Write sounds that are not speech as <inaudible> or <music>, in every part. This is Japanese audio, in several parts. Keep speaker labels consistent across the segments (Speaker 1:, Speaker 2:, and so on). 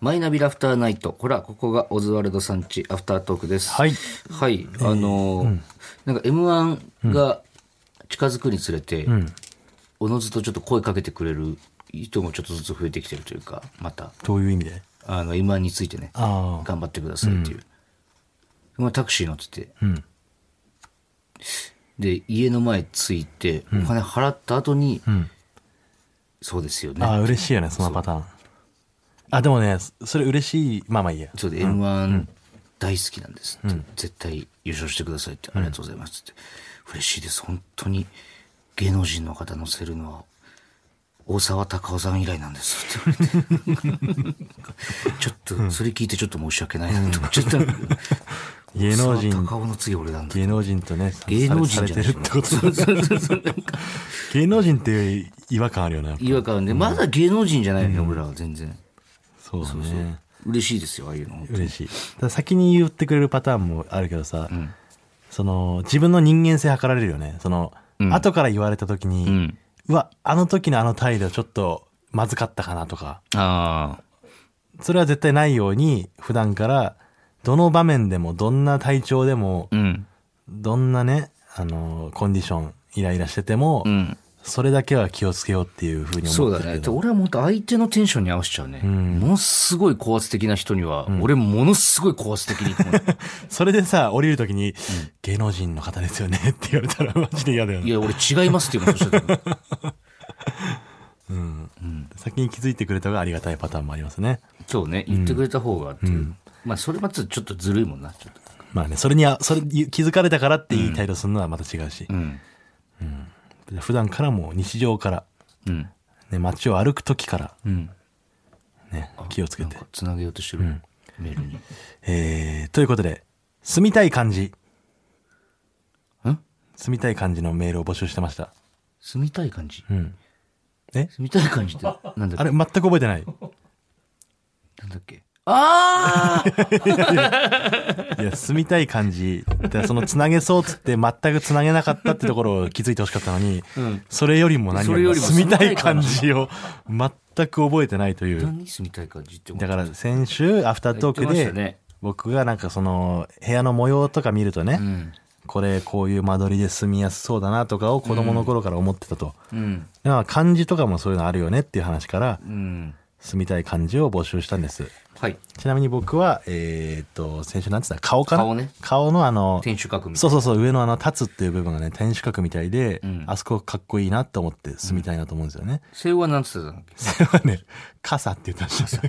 Speaker 1: マイナビラフターナイト。ほら、ここがオズワルドさんちアフタートークです。
Speaker 2: はい。
Speaker 1: はい。あのーなんか M1 が近づくにつれて、おのずとちょっと声かけてくれる人もちょっとずつ増えてきてるというか、また、
Speaker 2: どういう意味で
Speaker 1: あの、M1 についてね、
Speaker 2: ああ。
Speaker 1: 頑張ってくださいっていう。まあ、タクシー乗ってて、
Speaker 2: うん。
Speaker 1: で、家の前着いて、お金払った後に、
Speaker 2: ん
Speaker 1: そうですよ
Speaker 2: あ
Speaker 1: ね。
Speaker 2: あ、嬉しいよね、そのパターン。あ、でもね、それ嬉しい。まあまあいいや。
Speaker 1: そうで、M1 大好きなんですって、絶対優勝してくださいって、ありがとうございますって。嬉しいです。本当に芸能人の方乗せるのは、大沢たかおさん以来なんですって言われて。ちょっと、それ聞いてちょっと申し訳ないなと思っちゃった。
Speaker 2: 芸能人
Speaker 1: 大沢たかおの次俺なんだ。
Speaker 2: 芸能人とね、さ
Speaker 1: 芸能人
Speaker 2: され
Speaker 1: じゃ
Speaker 2: て
Speaker 1: ない
Speaker 2: るってことだ芸能人っていう違和感あるよね。やっぱ
Speaker 1: 違和感で、まだ芸能人じゃないよね、俺らは全然。
Speaker 2: そうだね。
Speaker 1: 嬉しいですよ、ああいうの。
Speaker 2: 嬉しい。ただ先に言ってくれるパターンもあるけどさ、その、自分の人間性測られるよね。その、後から言われた時に、
Speaker 1: ん
Speaker 2: うわ、あの時のあの態度ちょっとまずかったかなとか、
Speaker 1: ああ。
Speaker 2: それは絶対ないように、普段から、どの場面でも、どんな体調でも、
Speaker 1: うん。
Speaker 2: どんなね、あの、コンディション、イライラしてても、
Speaker 1: ん
Speaker 2: それだけは気をつけようっていうふうに
Speaker 1: そ
Speaker 2: 思
Speaker 1: う
Speaker 2: っ
Speaker 1: だ
Speaker 2: てる
Speaker 1: ね。
Speaker 2: け
Speaker 1: で
Speaker 2: ど。
Speaker 1: 俺はもっと相手のテンションに合わせちゃうね。ものすごい高圧的な人には、俺ものすごい高圧的に行くもん
Speaker 2: それでさ、降りるときに、芸能人の方ですよねって言われ
Speaker 1: <laughs>
Speaker 2: たらマジで嫌だよ
Speaker 1: い
Speaker 2: ね。
Speaker 1: や、俺違いますって言うことしたけ
Speaker 2: <laughs>
Speaker 1: ど。
Speaker 2: 先に気づいてくれた方がありがたいパターンもありますね。
Speaker 1: そうね。言ってくれた方がっていう。まあ、それはちょっとずるいもんな。ちょっと
Speaker 2: まあね、それには、それ、気づかれたからっていい態度するのはまた違うし
Speaker 1: う。ん。
Speaker 2: 普段からもう日常から、
Speaker 1: うん。
Speaker 2: ね、街を歩くときから、
Speaker 1: うん。
Speaker 2: ね、気をつけ
Speaker 1: なん
Speaker 2: て
Speaker 1: か。、つなげようとしてる。メールに。
Speaker 2: えー、ということで、住みたい感じ。
Speaker 1: ん
Speaker 2: 住みたい感じのメールを募集してました。
Speaker 1: 住みたい感じ。
Speaker 2: うん。え
Speaker 1: 住みたい感じって、なんだ
Speaker 2: あ
Speaker 1: っけ
Speaker 2: れ、全く覚えてない。
Speaker 1: なんだっけああ
Speaker 2: いや、住みたい感じ。でその、つなげそうっつって、全くつなげなかったってところを気づいてほしかったのに、
Speaker 1: うん
Speaker 2: それよりも何よりも、
Speaker 1: それより
Speaker 2: 住み
Speaker 1: も
Speaker 2: たい感じを全く覚えてないという。
Speaker 1: 何住みたい感じって思
Speaker 2: だ
Speaker 1: っ
Speaker 2: から、先週、アフタートー
Speaker 1: 言
Speaker 2: ク
Speaker 1: ってました
Speaker 2: で、
Speaker 1: ね
Speaker 2: 僕がなんかその、部屋の模様とか見るとね、
Speaker 1: うん。
Speaker 2: これ、こういう間取りで住みやすそうだなとかを子供の頃から思ってたと。
Speaker 1: うん。
Speaker 2: まあ、漢字とかもそういうのあるよねっていう話から、
Speaker 1: うん。
Speaker 2: 住みたい漢字を募集したんです。
Speaker 1: はい。
Speaker 2: ちなみに僕は、えーっと、先週なんつった顔かな
Speaker 1: 顔ね
Speaker 2: 顔のあの、
Speaker 1: 天守閣みた
Speaker 2: そ
Speaker 1: いう
Speaker 2: そうそう、上のあの、立つっていう部分がね、天守閣みたいで、
Speaker 1: うん
Speaker 2: あそこかっこいいなと思って住みたいなと思うんですよね。
Speaker 1: な。西欧は何つってたんだっけ
Speaker 2: それはね、傘って言ったんですよ。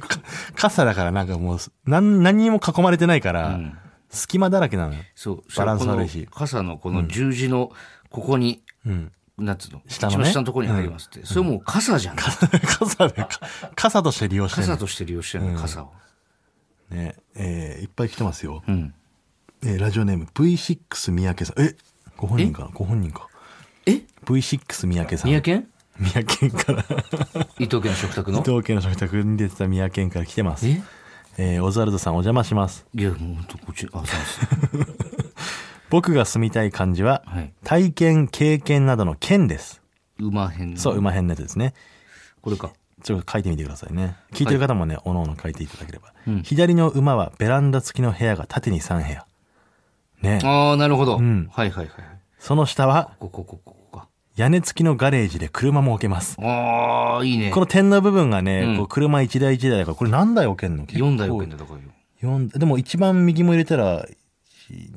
Speaker 2: 傘だからなんかもう、なん何にも囲まれてないから、
Speaker 1: うん
Speaker 2: 隙間だらけなのよ。 <laughs>
Speaker 1: そう。
Speaker 2: バランス悪いし
Speaker 1: そしたらこの傘のこの十字の、ここに、
Speaker 2: うん。
Speaker 1: なんつうの
Speaker 2: 下のね
Speaker 1: 一番下のところにありますって。それもう傘じゃん。
Speaker 2: 傘で、か傘として利用してる
Speaker 1: 傘として利用してるの、傘を。
Speaker 2: ね。えーいっぱい来てますよ。
Speaker 1: うん。
Speaker 2: えーラジオネーム V6 三宅さん。えご本人かなご本人か。
Speaker 1: え
Speaker 2: ?V6 三宅さん。
Speaker 1: 三宅県
Speaker 2: 三宅から。
Speaker 1: 伊藤家の食卓の
Speaker 2: 伊藤家の食卓に出てた三宅県から来てます。
Speaker 1: え
Speaker 2: えーオズワルドさんお邪魔します。
Speaker 1: いや、もうほんとこっち、あ、そうです。
Speaker 2: 僕が住みたい感じは、
Speaker 1: はい
Speaker 2: 体験、経験などの県です。
Speaker 1: 馬編の。
Speaker 2: そう、馬編のやつですね。
Speaker 1: これか。
Speaker 2: ちょっと書いてみてくださいね。聞いてる方もね、おのおの書いていただければ、
Speaker 1: うん
Speaker 2: 左の馬はベランダ付きの部屋が縦に3部屋。ねえ
Speaker 1: ああ、なるほど。
Speaker 2: ん
Speaker 1: はいはいはい。
Speaker 2: その下は
Speaker 1: ここ、ここ、ここか。
Speaker 2: 屋根付きのガレージで車も置けます。
Speaker 1: ああ、いいね。
Speaker 2: この点の部分がね、
Speaker 1: うん
Speaker 2: こう車1台1台だから、これ何台置けんの
Speaker 1: 4台置けん
Speaker 2: だ。
Speaker 1: だ、だからよ。
Speaker 2: 四でも一番右も入れたら、1 2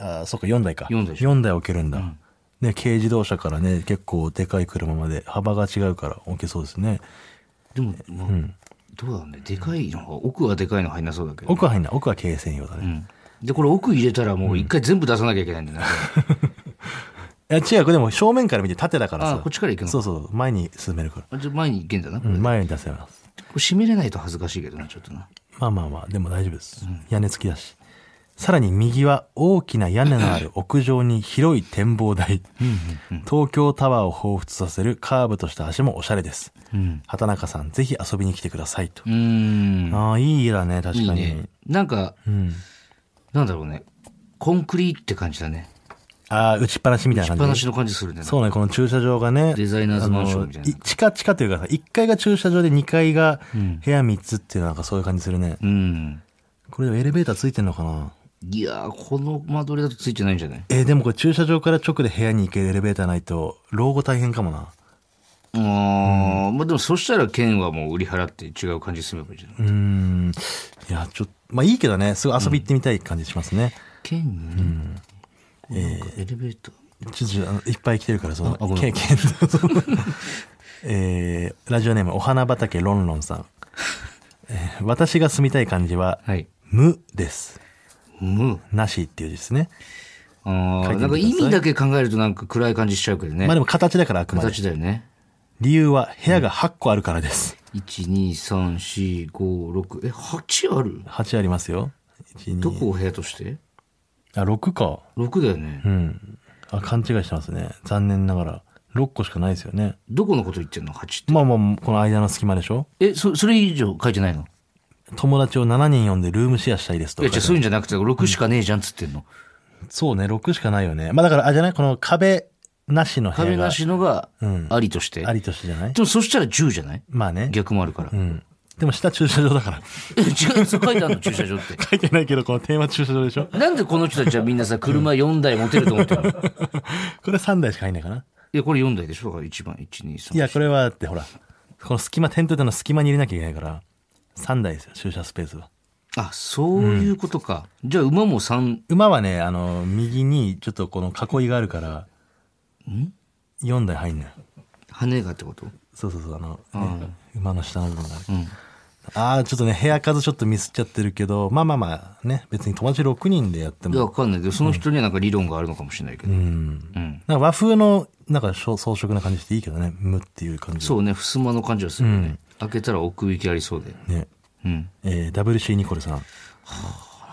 Speaker 2: あー、そっか、4台か。
Speaker 1: 四台でしょ
Speaker 2: 四置けるんだ。ね、軽自動車からね、結構でかい車まで幅が違うから置けそうですね。
Speaker 1: でも、まあどうだろうね。でかいのが、奥はでかいの入んなそうだけど。
Speaker 2: 奥は入んない。奥は軽専用だね。
Speaker 1: うん。で、これ奥入れたらもう一回全部出さなきゃいけないんだな。
Speaker 2: いや、違う、これでも正面から見て縦だから
Speaker 1: あ
Speaker 2: さ。
Speaker 1: こっちから行くの
Speaker 2: そうそう、前に進めるから。
Speaker 1: あじゃあ前に行けんだな。これ
Speaker 2: うん前に出せます。
Speaker 1: これ閉めれないと恥ずかしいけどな、ちょっとな。
Speaker 2: まあまあまあ、でも大丈夫です。屋根付きだし。さらに右は大きな屋根のある屋上に広い展望台。東京タワーを彷彿させるカーブとした足もおしゃれです。
Speaker 1: うん。
Speaker 2: 畑中さん、ぜひ遊びに来てくださいと
Speaker 1: う。ーん。
Speaker 2: ああ、いい家だね、確
Speaker 1: いい
Speaker 2: かに。
Speaker 1: ね。なんか、
Speaker 2: うん。
Speaker 1: なんだろうね。コンクリって感じだね。
Speaker 2: ああ、打ちっぱなしみたい
Speaker 1: 打ちっ
Speaker 2: な感じ。
Speaker 1: ぱなしの感じするね。
Speaker 2: そうね、この駐車場がね。
Speaker 1: デザイナーズマンションみたいな
Speaker 2: あの地下地下というかさ、1階が駐車場で2階が部屋3つっていうなんかそういう感じするね。
Speaker 1: うん。
Speaker 2: これでもエレベーターついてんのかない
Speaker 1: やー、この間取りだとついてないんじゃない
Speaker 2: えーでもこれ駐車場から直で部屋に行けるエレベーターないと、老後大変かもな。
Speaker 1: うーん。まあでもそしたら県はもう売り払って違う感じに住めばいいじゃない、
Speaker 2: うーん。いや、ちょっと、まあいいけどね、すごい遊び行ってみたい感じしますね。
Speaker 1: 県に、こうなんかエレベーター。
Speaker 2: ちょっとあのいっぱい来てるから、その
Speaker 1: あごめん
Speaker 2: 経験と。 <laughs> そのえーラジオネーム、お花畑ロンロンさん。えー私が住みたい感じは、
Speaker 1: はい。
Speaker 2: 無です。
Speaker 1: む。
Speaker 2: なしっていう字ですね。
Speaker 1: あ
Speaker 2: 書い
Speaker 1: あ、
Speaker 2: てみてください
Speaker 1: なんか意味だけ考えるとなんか暗い感じしちゃうけどね。
Speaker 2: まあでも形だからあくまで。
Speaker 1: 形だよね。
Speaker 2: 理由は部屋が8個あるからです。
Speaker 1: 1,2,3,4,5,6え、8ある
Speaker 2: 8ありますよ。1、2
Speaker 1: どこを部屋として
Speaker 2: あ、6か。
Speaker 1: ?6 だよね
Speaker 2: う。ん。あ、勘違いしてますね。残念ながら。6個しかないですよね。
Speaker 1: どこのこと言ってんの ?8 って。
Speaker 2: まあまあ、この間の隙間でしょ
Speaker 1: え、そ、それ以上書いてないの
Speaker 2: 友達を7人呼んでルームシェアしたいですと
Speaker 1: い
Speaker 2: か
Speaker 1: や、じゃあそういうんじゃなくて、6しかねえじゃんっつってんの。
Speaker 2: そうね、6しかないよね。まあだから、あ、じゃないこの壁なしの部
Speaker 1: 壁
Speaker 2: 屋が
Speaker 1: なしのが
Speaker 2: ん
Speaker 1: ありとして。
Speaker 2: ありとしてじゃない
Speaker 1: でもそしたら10じゃない
Speaker 2: まあね。
Speaker 1: 逆もあるから。
Speaker 2: うん。でも下駐車場だから。 <laughs>
Speaker 1: え、違う、そう書いてあるの駐車場って。
Speaker 2: 書いてないけど、このテーマ駐車場でしょ
Speaker 1: なんでこの人たちはみんなさ、車4台持てると思ってるのい
Speaker 2: これ3台しか入んないかな。
Speaker 1: や、これ4台でしょだから1番、1、2、
Speaker 2: い
Speaker 1: 3。
Speaker 2: や、これは、ってほら、この隙間、テントでの隙間に入れなきゃいけないから、3台ですよ、駐車スペースは。
Speaker 1: あ、そういうことか。じゃあ馬も3、
Speaker 2: 馬はね、あの、右に、ちょっとこの囲いがあるから、4台入んのよ。
Speaker 1: 羽がってこと
Speaker 2: そうそうそう、あの、ね馬の下の部分がある。ああ、ちょっとね、部屋数ちょっとミスっちゃってるけど、まあまあまあ、ね、別に友達6人でやって
Speaker 1: いや、
Speaker 2: も、
Speaker 1: わかんないけど、その人にはなんか理論があるのかもしれないけど。
Speaker 2: うん。
Speaker 1: うん。
Speaker 2: なんか和風の、なんかしょ装飾な感じしていいけどね、無っていう感じ。
Speaker 1: そうね、襖の感じはするよね。開けたら奥行きありそうで。
Speaker 2: ね。
Speaker 1: うん。
Speaker 2: えー、WC ニコルさん。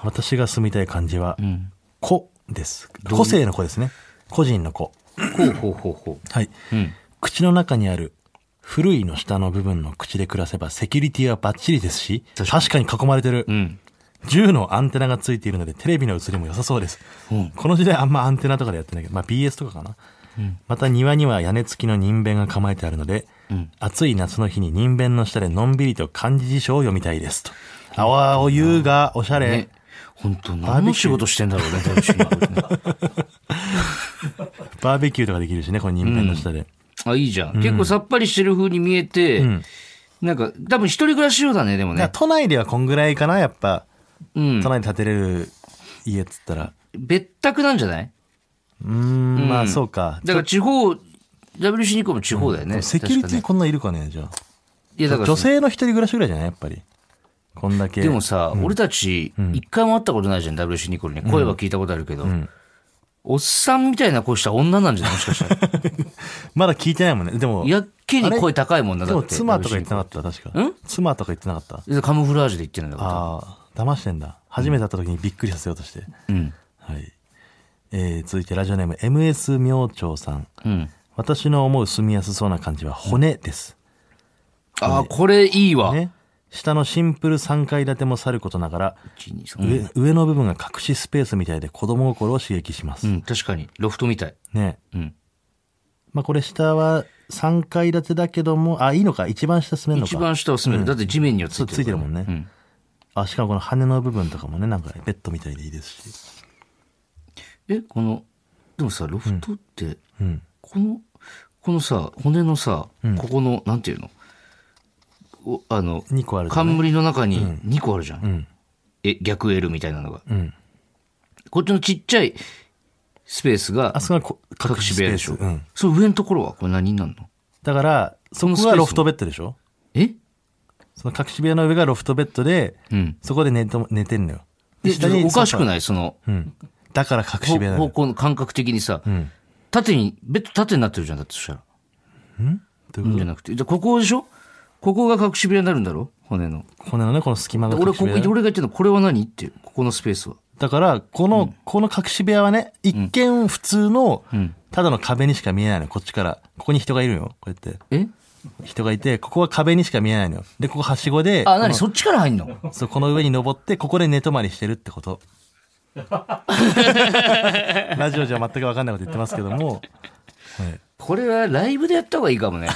Speaker 2: 私が住みたい感じは、
Speaker 1: うん。
Speaker 2: 個です。個性の子ですね。個人の子。
Speaker 1: ほうほうほうほ
Speaker 2: はい。
Speaker 1: う。うん。
Speaker 2: 口の中にある、古いの下の部分の口で暮らせばセキュリティはバッチリですし、確かに囲まれてる
Speaker 1: う。ん。
Speaker 2: 銃のアンテナがついているのでテレビの映りも良さそうです。
Speaker 1: うん
Speaker 2: この時代あんまアンテナとかでやってないけど、まあ BS とかかな。また庭には屋根付きの人弁が構えてあるので、暑い夏の日に人弁の下でのんびりと漢字辞書を読みたいですと。あわお優雅、おしゃれ。
Speaker 1: ね。本当何の仕事してんだろうね、大地
Speaker 2: <laughs>
Speaker 1: は
Speaker 2: バーベキューとかできるしね、この人弁の下で。
Speaker 1: あ、いいじゃん。結構さっぱりしてる風に見えて、なんか、多分一人暮らし用だね、でも
Speaker 2: だから
Speaker 1: ね。
Speaker 2: 都内ではこんぐらいかな、やっぱ。
Speaker 1: うん
Speaker 2: 都。内で建てれる家っつったら。
Speaker 1: 別宅なんじゃないう
Speaker 2: ーん、まあそうか。
Speaker 1: だから地方、WC ニコも地方だよね。
Speaker 2: セキュリティ
Speaker 1: 確かね
Speaker 2: こんないるかね、じゃ
Speaker 1: いや、だ
Speaker 2: あ。
Speaker 1: から
Speaker 2: 女、性の一人暮らしぐらいじゃないやっぱり。こんだけ。
Speaker 1: でもさ、俺たち、一回も会ったことないじゃん、WC ニコルに。声は聞いたことあるけど。おっさんみたいな声した女なんじゃないもしかしたら。
Speaker 2: まだ聞いてないもんね。でも、
Speaker 1: やっけに声高いもんな、
Speaker 2: で
Speaker 1: だ
Speaker 2: も
Speaker 1: って。
Speaker 2: 妻とか言って
Speaker 1: た
Speaker 2: なかった、確か。妻とか言ってなかった。
Speaker 1: カムフラージュで言ってるんだか
Speaker 2: ああ、騙してんだ。初めて会った時にびっくりさせようとして。
Speaker 1: ら。うん。
Speaker 2: はい。えー、続いてラジオネーム MS 明朝さん。
Speaker 1: うん。
Speaker 2: 私の思う住みやすそうな感じは骨です。
Speaker 1: ああ、これいいわ。
Speaker 2: ね。下のシンプル3階建てもさることながら、
Speaker 1: 1 2 3
Speaker 2: 上上の部分が隠しスペースみたいで子供心を刺激します。
Speaker 1: うん、確かに。ロフトみたい。
Speaker 2: ね。
Speaker 1: うん。
Speaker 2: まあこれ下は3階建てだけども、あ、いいのか一番下住めるのか
Speaker 1: 一番下を住める。だって地面にはついてる。
Speaker 2: ついてるもんね
Speaker 1: うん。
Speaker 2: あ、しかもこの羽の部分とかもね、なんかベッドみたいでいいですし。
Speaker 1: え、この、でもさ、ロフトって、
Speaker 2: うん。
Speaker 1: この、このさ、骨のさ、ここの、なんていうのおあの、
Speaker 2: 2個あるじゃない
Speaker 1: 冠の中に2個あるじゃん。
Speaker 2: うん。
Speaker 1: え、逆 L みたいなのが。
Speaker 2: うん。
Speaker 1: こっちのちっちゃいスペースが
Speaker 2: あそこはこ
Speaker 1: 隠し部屋でしょ。
Speaker 2: 隠し部屋ですうん
Speaker 1: その上のところはこれ何になるの
Speaker 2: だから、そこ
Speaker 1: そのスペー
Speaker 2: が
Speaker 1: ス
Speaker 2: ロフトベッドでしょ
Speaker 1: え
Speaker 2: その隠し部屋の上がロフトベッドで、
Speaker 1: うん。
Speaker 2: そこで寝と寝てんのよ。
Speaker 1: で、ちょっとおかしく
Speaker 2: い
Speaker 1: ないその、
Speaker 2: うん。だから隠し
Speaker 1: 方
Speaker 2: 部屋なの
Speaker 1: 方
Speaker 2: よ。
Speaker 1: 向の感覚的にさ、
Speaker 2: うん。
Speaker 1: 縦に、ベッド縦になってるじゃん、だってそしたら。
Speaker 2: という
Speaker 1: じゃなくて。じゃあここでしょここが隠し部屋になるんだろ骨の。
Speaker 2: 骨のね、この隙間
Speaker 1: で
Speaker 2: が
Speaker 1: 俺、
Speaker 2: 隠し
Speaker 1: こ
Speaker 2: 部
Speaker 1: こ、
Speaker 2: 屋
Speaker 1: 俺が言ってるの、これは何っていう、ここのスペースは。
Speaker 2: だから、この、この隠し部屋はね、一見普通の、
Speaker 1: ん
Speaker 2: ただの壁にしか見えないのよ、こっちから。ここに人がいるよ、こうやって。
Speaker 1: え
Speaker 2: 人がいて、ここは壁にしか見えないのよ。で、ここはしごで、 <laughs>
Speaker 1: あ、何そっちから入んの
Speaker 2: そう、この上に登って、ここで寝泊まりしてるってこと。ラジオじゃ全く分かんないこと言ってますけども、はい
Speaker 1: これはライブでやった方がいいか
Speaker 2: <laughs>
Speaker 1: もね。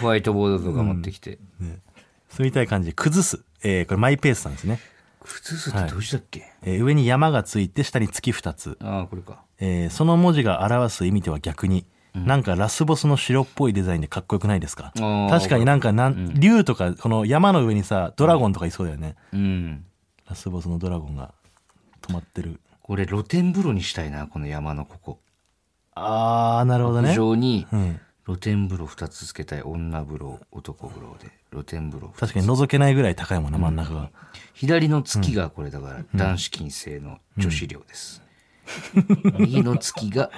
Speaker 1: ホワイトボードとか持ってきて。
Speaker 2: そういった感じで崩す、えーこれマイペースさんですね、
Speaker 1: 崩すってどうしたっけ、
Speaker 2: えー上に山がついて下に月2つ、
Speaker 1: ああ、これか。
Speaker 2: えーその文字が表す意味とは逆に、なんかラスボスの白っぽいデザインでかっこよくないですか
Speaker 1: あー
Speaker 2: 確かになんかなん、竜とかこの山の上にさドラゴンとかいそうだよね、
Speaker 1: うん。
Speaker 2: ラスボスのドラゴンが止まってる
Speaker 1: これ露天風呂にしたいな、この山のここ。
Speaker 2: あーなるほど
Speaker 1: 非
Speaker 2: ね、
Speaker 1: 常に
Speaker 2: うん、
Speaker 1: 露天風呂2つつけたい。女風呂、男風呂で。露天風呂。
Speaker 2: 確かに覗けないぐらい高いもんな真ん中が、
Speaker 1: 左の月がこれだから男子禁制の女子寮です。右の月が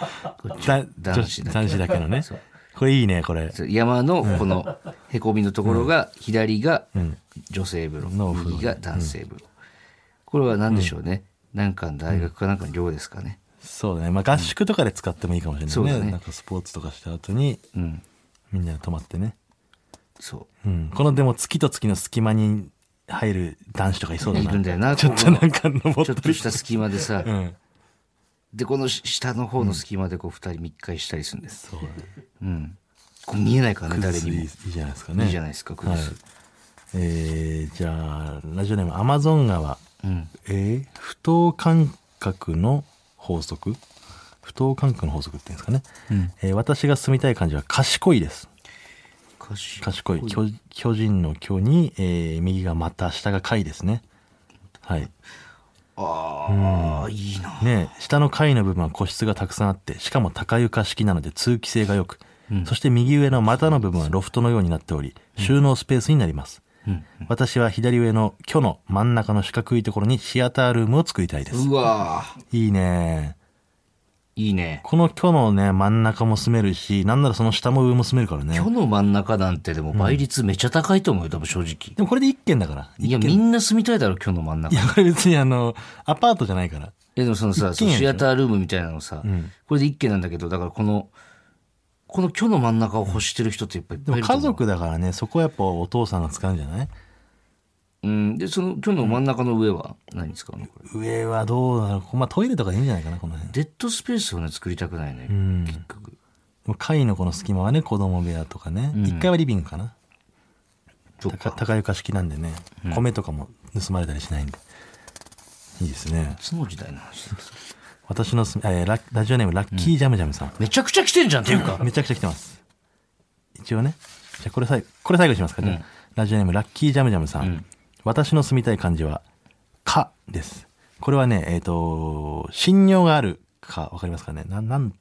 Speaker 1: こっち
Speaker 2: だ
Speaker 1: 男子だけ。
Speaker 2: 男子だけのね
Speaker 1: そう
Speaker 2: これいいねこれ
Speaker 1: 山のこのへこみのところが左が女性風
Speaker 2: のお
Speaker 1: 呂
Speaker 2: 風呂
Speaker 1: 右が男性風呂これは何でしょうねなんかの大学かなんかの寮ですかね
Speaker 2: そうだね、まあ、合宿とかで使ってもいいかもしれないね,、
Speaker 1: そうだね
Speaker 2: なんかスポーツとかした後に
Speaker 1: うん
Speaker 2: みんなで泊まってね、
Speaker 1: そ
Speaker 2: うん、このでも月と月の隙間に入る男子とかいそ
Speaker 1: う
Speaker 2: うだ
Speaker 1: い
Speaker 2: な
Speaker 1: るんだよな
Speaker 2: ちょっとなんか登
Speaker 1: ここのちょっ
Speaker 2: っ
Speaker 1: たと
Speaker 2: り
Speaker 1: した隙間でさ
Speaker 2: うん
Speaker 1: でこの下の方の隙間でこう2人密会したりするんです
Speaker 2: そうだね
Speaker 1: うんこう見えないからね誰
Speaker 2: 崩す
Speaker 1: に
Speaker 2: いい
Speaker 1: も
Speaker 2: いいじゃないですかね
Speaker 1: いいじゃないですか崩す
Speaker 2: はいえーじゃあラジオネームアマゾン川
Speaker 1: うん
Speaker 2: えー不当感覚の法則不当感覚の法則って言うんですかね、
Speaker 1: うん
Speaker 2: えー私が住みたい感じは賢いです
Speaker 1: 賢い
Speaker 2: 賢い巨巨人の巨に、えー右がまた下が貝ですねはい
Speaker 1: ああいいな
Speaker 2: ねえ下の階の部分は個室がたくさんあってしかも高床式なので通気性が良く、そして右上の股の部分はロフトのようになっており収納スペースになります、
Speaker 1: うん
Speaker 2: 私は左上の巨の真ん中の四角いところにシアタールームを作りたいです、
Speaker 1: うわー
Speaker 2: いいね
Speaker 1: いいね
Speaker 2: この巨のね真ん中も住めるしなんならその下も上も住めるからね
Speaker 1: 今日の真ん中なんてでも倍率めちゃ高いと思うよ多分正直
Speaker 2: でもこれで一軒だから
Speaker 1: いや、みんな住みたいだろ、今日の真ん中。
Speaker 2: い
Speaker 1: い
Speaker 2: や
Speaker 1: や、
Speaker 2: これ別にあのアパートじゃないから
Speaker 1: でもそのさ、
Speaker 2: 一
Speaker 1: そ
Speaker 2: 軒
Speaker 1: の
Speaker 2: 家でしょ
Speaker 1: シアタールームみたいなのさ、
Speaker 2: ん
Speaker 1: これで一軒なんだけど、だからこの、この今日の真ん中を欲してる人ってやっぱいっ
Speaker 2: で
Speaker 1: ぱいいる
Speaker 2: も
Speaker 1: と
Speaker 2: 家
Speaker 1: 思う。
Speaker 2: 族だからねそこはやっぱお父さんが使うんじゃない
Speaker 1: うん。で、その今日の真ん中の上は何使うのこれ。
Speaker 2: 上はどうだろうまあトイレとかでいいんじゃないかなこの辺
Speaker 1: デッドスペースをね、作りたくないね、結局。
Speaker 2: もう階のこの隙間はね子供部屋とかね、一1階はリビングかな
Speaker 1: そっ
Speaker 2: 高
Speaker 1: か。
Speaker 2: 高床式なんでね、米とかも盗まれたりしないんでいいですね
Speaker 1: いつの時代の話だった
Speaker 2: 私のすみ、えーララジオネームラッキージャムジャムさん、
Speaker 1: めちゃくちゃ来てんじゃん、っていうか。
Speaker 2: めちゃくちゃ来てます一応ねじゃあこれ最後これ最後にしますか、じゃあラジオネームラッキージャムジャムさん、私の住みたい漢字は「か」ですこれはねえっ、と信尿があるかわかりますかねなんなんて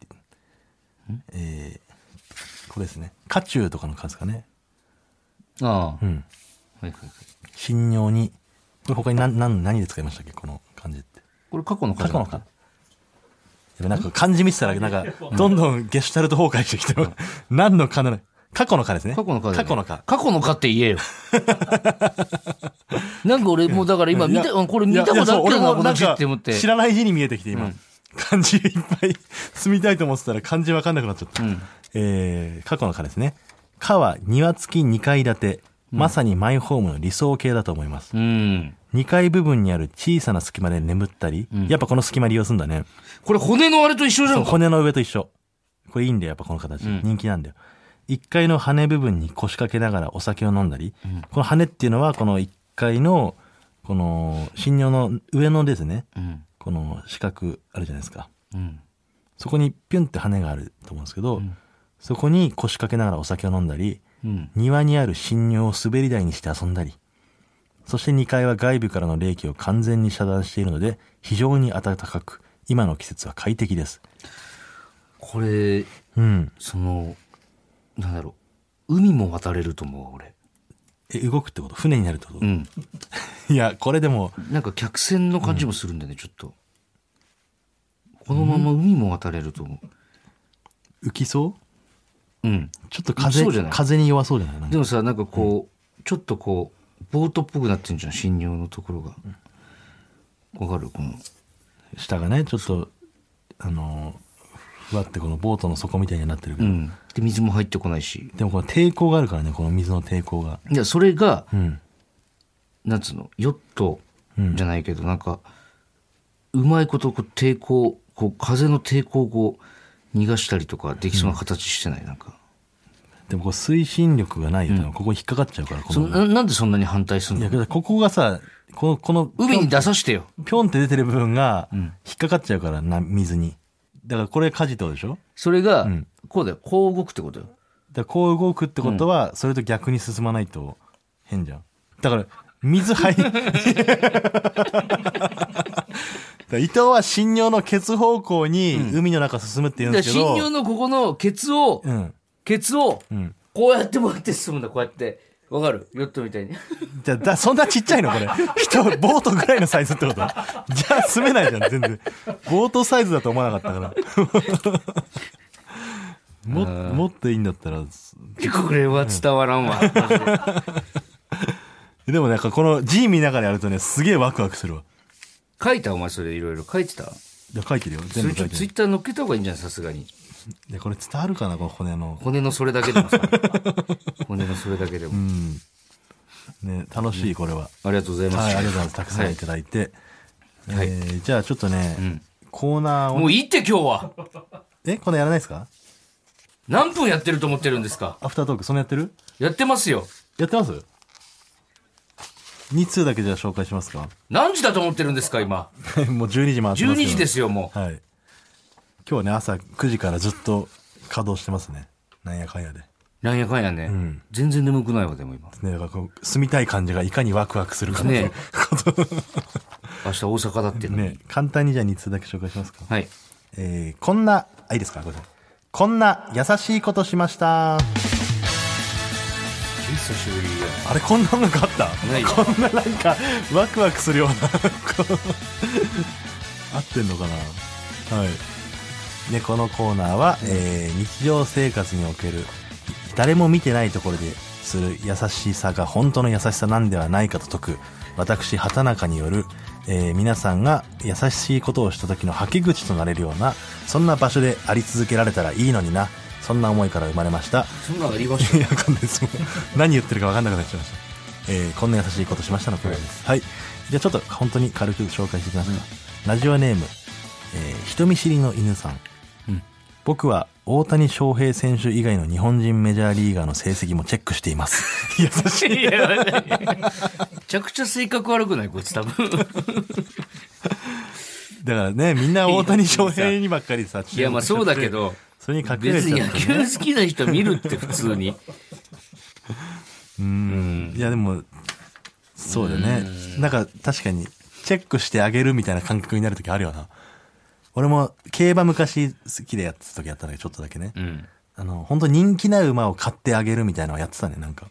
Speaker 2: えーこれですね「家中」とかの数かね
Speaker 1: ああ。
Speaker 2: うん
Speaker 1: はいはいはい。
Speaker 2: 信尿にこれ他に何何何で使いましたっけこの漢字って
Speaker 1: これ過去の
Speaker 2: 過
Speaker 1: 過
Speaker 2: 去のかでもなんか漢字見てたら、なんか、どんどんゲシュタルト崩壊してきてる。何のかなの過去のかですね。
Speaker 1: 過去の課だよね
Speaker 2: 過去のか。
Speaker 1: 過去の課って
Speaker 2: <laughs>
Speaker 1: 言えよ。なんか俺もうだから今見た、これ見たことあった
Speaker 2: いやいやそう俺
Speaker 1: よな、
Speaker 2: も
Speaker 1: こ
Speaker 2: な
Speaker 1: の
Speaker 2: ん
Speaker 1: 字っ
Speaker 2: か
Speaker 1: て思って。
Speaker 2: 知らない字に見えてきて、今。漢字いっぱい <laughs> 住みたいと思ってたら漢字わかんなくなっちゃった。えー過去のかですね。かは庭付き2階建て。まさにマイホームの理想形だと思います。
Speaker 1: うん。
Speaker 2: 2階部分にある小さな隙間で眠ったり、やっぱこの隙間利用するんだね。
Speaker 1: これ骨のあれと一緒じゃ
Speaker 2: そうん
Speaker 1: か。
Speaker 2: 骨の上と一緒。これいいんだよ、やっぱこの形。人気なんだよ。1階の羽部分に腰掛けながらお酒を飲んだり、この羽っていうのは、この1階の、この、新尿の上のですね、
Speaker 1: うん。
Speaker 2: この四角あるじゃないですか。
Speaker 1: うん。
Speaker 2: そこにピュンって羽があると思うんですけど、そこに腰掛けながらお酒を飲んだり、
Speaker 1: うん。
Speaker 2: 庭にある新尿を滑り台にして遊んだり、そして2階は外部からの冷気を完全に遮断しているので、非常に暖かく、今の季節は快適です。
Speaker 1: これ、
Speaker 2: うん。
Speaker 1: その、なんだろう。海も渡れると思うわ、俺。
Speaker 2: え、動くってこと船になるってこと、
Speaker 1: うん。
Speaker 2: いや、これでも、
Speaker 1: なんか客船の感じもするんだよね、ちょっと。このまま海も渡れると思。
Speaker 2: 浮きそう
Speaker 1: うん。
Speaker 2: うちょっと
Speaker 1: 浮き
Speaker 2: 風
Speaker 1: そうじゃない、
Speaker 2: 風に弱そうじゃないなんか
Speaker 1: でもさ、なんかこう、ちょっとこう、ボートっぽくなってんじゃん、新尿のところが。わかるこの。
Speaker 2: 下がね、ちょっと、あのー、ふわってこのボートの底みたいになってるけ
Speaker 1: う
Speaker 2: ど、
Speaker 1: ん。で、水も入ってこないし。
Speaker 2: でもこの抵抗があるからね、この水の抵抗が。
Speaker 1: いや、それが、
Speaker 2: うん。
Speaker 1: なんつうの、ヨットじゃないけど、なんか、うまいことこう抵抗こう風の抵抗をこう逃がしたりとかできそうな形してない、なんか
Speaker 2: でもこう推進力がないと、ここ引っかかっちゃうから、こ
Speaker 1: そ
Speaker 2: の。
Speaker 1: のななんでそんなに反対する
Speaker 2: い
Speaker 1: の
Speaker 2: や、けどここがさ、この、この、
Speaker 1: 海に出さしてよ
Speaker 2: ぴょんって出てる部分が、引っかかっちゃうから、な、水に。だからこれ舵とでしょ
Speaker 1: それがこうだよこう動くってことよ
Speaker 2: だからこう動くってことは、それと逆に進まないと、変じゃん。だから、水入 <laughs> り、だから伊藤は新尿のケツ方向に、海の中進むって言うん
Speaker 1: だ
Speaker 2: で
Speaker 1: から
Speaker 2: すけど、
Speaker 1: 新尿のここのケツを、
Speaker 2: うん。
Speaker 1: ケツを
Speaker 2: ん
Speaker 1: こうやってこうやって進むんだこうやってわかるヨットみたいに <laughs>
Speaker 2: じゃあだ、そんなちっちゃいのこれ。人、ボートぐらいのサイズってことじ <laughs> ゃあ、住めないじゃん、全然。ボートサイズだと思わなかった <laughs> から。も、もっといいんだったら、
Speaker 1: これは伝わらんわ、 <laughs>
Speaker 2: でもなんかこの字見ながらやるとね、すげえワクワクするわ。
Speaker 1: 書いたお前それいろいろ書いてた
Speaker 2: いや書いてるよ。
Speaker 1: そ
Speaker 2: 全
Speaker 1: れ
Speaker 2: 部
Speaker 1: ちょ
Speaker 2: 書い
Speaker 1: っと
Speaker 2: て
Speaker 1: ツイ
Speaker 2: る。
Speaker 1: ッター載っけた方がいいんじゃないさすがに
Speaker 2: で、これ伝わるかな、この骨の。
Speaker 1: 骨のそれだけで
Speaker 2: <laughs>
Speaker 1: もさ骨のそれだけでも、
Speaker 2: うん。ね、楽しい、これは。
Speaker 1: ありがとうございます、
Speaker 2: はい、ありがとうございます。たくさんいただいて。
Speaker 1: はい
Speaker 2: えーじゃあちょっとね、
Speaker 1: ん
Speaker 2: コーナーを、
Speaker 1: もういいって今日は
Speaker 2: え、このやらないですか
Speaker 1: 何分やってると思ってるんですか
Speaker 2: アフタートーク、そのやってる
Speaker 1: やってますよ
Speaker 2: やってます ?2 通だけじゃあ紹介しますか
Speaker 1: 何時だと思ってるんですか今
Speaker 2: <laughs> もう12時回ってますけど
Speaker 1: 12時ですよもう
Speaker 2: はい。今日はね、朝9時からずっと稼働してますね。なんやかんやで。
Speaker 1: なんやかんやね、
Speaker 2: ん
Speaker 1: 全然眠くないわでも今
Speaker 2: ね、だからこう住みたい感じがいかにワクワクするかっていう
Speaker 1: ね明日大阪だっていうのに、
Speaker 2: <laughs> ね、簡単にじゃあ2通だけ紹介しますか。
Speaker 1: はい
Speaker 2: えーこんな、あ、いいですかごめんなさいこんな優しいことしました。
Speaker 1: 久しぶりよ
Speaker 2: あれ、こんな音楽あった
Speaker 1: ないよ
Speaker 2: こんななんか、ワクワクするような、こう合ってんのかなはい。ね、このコーナーは、えー日常生活における、誰も見てないところでする優しさが本当の優しさなんではないかと説く、私、畑中による、えー皆さんが優しいことをした時の吐き口となれるような、そんな場所であり続けられたらいいのにな、そんな思いから生まれました。
Speaker 1: そんなのありました
Speaker 2: いやわかんないですもう <laughs> 何言ってるかわかんなくなっちゃいました。えーこんな優しいことしましたのコーナーです。はい。じゃあちょっと本当に軽く紹介していきますか。ラジオネーム、えー人見知りの犬さん。
Speaker 1: うん
Speaker 2: 僕は大谷翔平選手以外の日本人メジャーリーガーの成績もチェックしています。優しい。
Speaker 1: <laughs> いやいやめちゃくちゃ性格悪くないこいつ多分
Speaker 2: だからね、みんな大谷翔平にばっかりさ、
Speaker 1: <laughs> いやまあそうだけど
Speaker 2: 注目しちゃって、そ
Speaker 1: 別
Speaker 2: れに隠れ
Speaker 1: に
Speaker 2: ちゃ
Speaker 1: 野
Speaker 2: うと
Speaker 1: 球
Speaker 2: ね。
Speaker 1: 好きな人見るって普通 <laughs> に
Speaker 2: うん。いやでも、そうだよね。なんか確かに、チェックしてあげるみたいな感覚になる時あるよな。俺も競馬昔好きでやってた時やったんだけど、ちょっとだけね。
Speaker 1: うん
Speaker 2: あの、本当人気な馬を買ってあげるみたいなのをやってたね、なんか。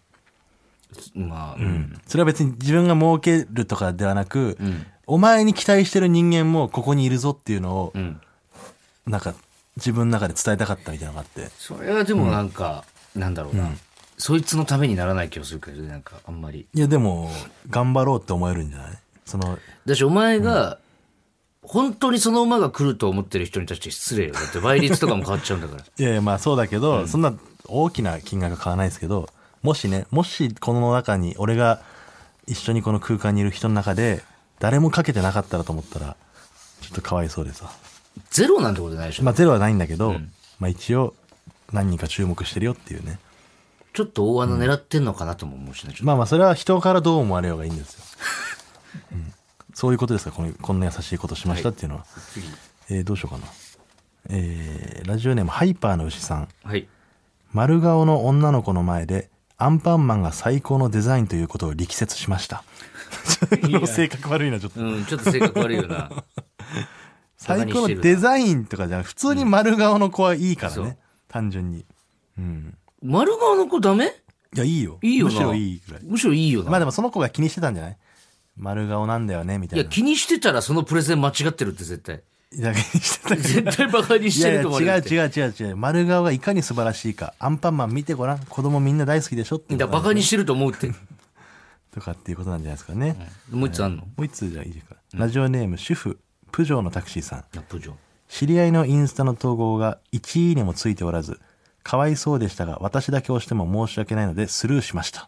Speaker 1: まあ、うん、
Speaker 2: それは別に自分が儲けるとかではなく、
Speaker 1: ん
Speaker 2: お前に期待してる人間もここにいるぞっていうのを、
Speaker 1: ん
Speaker 2: なんか自分の中で伝えたかったみたいなのがあって。
Speaker 1: それはでもなんか、なんだろうな、そいつのためにならない気がするけどねなんかあんまり
Speaker 2: いや、でも、頑張ろうって思えるんじゃないその、
Speaker 1: だしお前が、本当にその馬が来ると思ってる人に対して失礼よだって倍率とかも変わっちゃうん <laughs> だから
Speaker 2: いやいやまあそうだけど、そんな大きな金額買わないですけどもしねもしこの中に俺が一緒にこの空間にいる人の中で誰もかけてなかったらと思ったらちょっとかわいそうでさ
Speaker 1: ゼロなんてことないでしょ、
Speaker 2: まあゼロはないんだけど、まあ一応何人か注目してるよっていうね
Speaker 1: ちょっと大穴狙ってんのかなとも思うしね、ちょっと
Speaker 2: まあまあそれは人からどう思われようがいいん <laughs> ですよ、うん、そういうことですかこのこんな優しいことしましたっていうのは、
Speaker 1: 次
Speaker 2: えーどうしようかなえーラジオネームハイパーの牛さん
Speaker 1: はい
Speaker 2: 丸顔の女の子の前でアンパンマンが最高のデザインということを力説しました性格悪いなちょっと
Speaker 1: うんちょっと性格悪いよな
Speaker 2: 最高のデザインとかじゃなく普通に丸顔の子はいいからね、
Speaker 1: うんそう
Speaker 2: 単純にうん
Speaker 1: 丸顔の子ダメ
Speaker 2: いやいいよ
Speaker 1: いいよな
Speaker 2: むしろいいぐらい
Speaker 1: むしろいいよな、
Speaker 2: まあでもその子が気にしてたんじゃない丸顔なんだよねみた
Speaker 1: い
Speaker 2: い
Speaker 1: や
Speaker 2: な
Speaker 1: 気にしてたらそのプレゼン間違ってるって絶
Speaker 2: <laughs>
Speaker 1: 対
Speaker 2: いや気にしてたけど
Speaker 1: 絶対バカに <laughs>
Speaker 2: い
Speaker 1: して
Speaker 2: や
Speaker 1: る
Speaker 2: い
Speaker 1: と思われる
Speaker 2: や
Speaker 1: って
Speaker 2: 違う違う違う違う丸顔がいかに素晴らしいかアンパンマン見てごらん子供みんな大好きでしょっていう
Speaker 1: だからバカにしてると思う
Speaker 2: <laughs>
Speaker 1: って
Speaker 2: とかっていうことなんじゃないですかね、
Speaker 1: もう一つあんの、
Speaker 2: もう一通じゃあいいですか、ラジオネーム主婦プジョーのタクシーさん
Speaker 1: ナプジョ
Speaker 2: 知り合いのインスタの投稿が1いいねもついておらずかわいそうでしたが私だけ押しても申し訳ないのでスルーしましたっ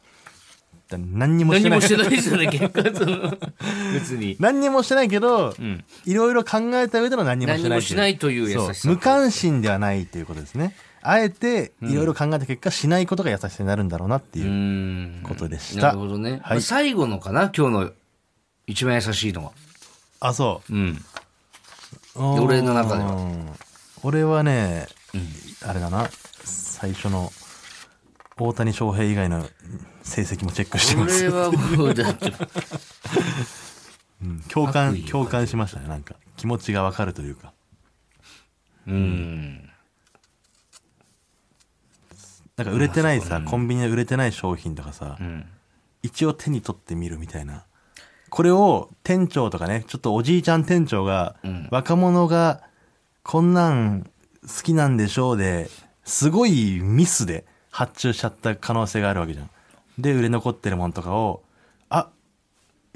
Speaker 2: て何にもし
Speaker 1: 何
Speaker 2: てな
Speaker 1: も
Speaker 2: い
Speaker 1: してないですよね、結果。その別
Speaker 2: <laughs>
Speaker 1: に。
Speaker 2: 何にもしてないけど、
Speaker 1: ん
Speaker 2: いろいろ考えた上での何にもしてな
Speaker 1: 何にも
Speaker 2: いって
Speaker 1: しないという優しさ
Speaker 2: そ無関心ではないということですねあえていろいろ考えた結果しないことが優しさになるんだろうなっていうう
Speaker 1: ーん。
Speaker 2: ことでし
Speaker 1: な
Speaker 2: た、
Speaker 1: るほどね。
Speaker 2: はい
Speaker 1: まあ最後のかな、今日の一番優しいのは。
Speaker 2: あそう
Speaker 1: うん。
Speaker 2: うん
Speaker 1: 俺の中では
Speaker 2: 俺はね、あれだな最初の大谷翔平以外の成績もチェックして
Speaker 1: こ
Speaker 2: ます
Speaker 1: れはもう、だって、
Speaker 2: うん共
Speaker 1: 悪
Speaker 2: 感
Speaker 1: 意を
Speaker 2: 共感しましたねなんか気持ちがわかるというか
Speaker 1: うん。
Speaker 2: なんか売れてないさ、コンビニで売れてない商品とかさ、
Speaker 1: うん。
Speaker 2: 一応手に取ってみるみたいなこれを店長とかねちょっとおじいちゃん店長が、
Speaker 1: うん
Speaker 2: 若者がこんなん好きなんでしょうですごいミスで発注しちゃった可能性があるわけじゃん。で売れ残ってるもんとかをあ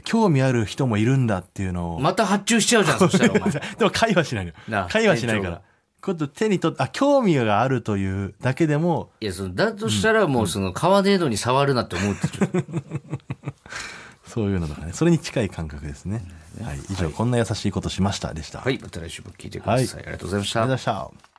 Speaker 2: 興味ある人もいるんだっていうのを、
Speaker 1: また発注しちゃうじゃん、そしたらお前。
Speaker 2: <laughs> でも会話しないの
Speaker 1: なあ
Speaker 2: よ会話しないか
Speaker 1: 店長
Speaker 2: ら今度手に取ってあ興味があるというだけでも
Speaker 1: いや、その、だとしたらもう、その、川程度に触るなって思うって、ちょっと。
Speaker 2: そういうのとかねそれに近い感覚ですね。はい、以上、こんな優しいことしましたでした。
Speaker 1: はい、また来週も聞いてください。
Speaker 2: はい
Speaker 1: ありがとうございまし
Speaker 2: あ
Speaker 1: た
Speaker 2: りがとうございました。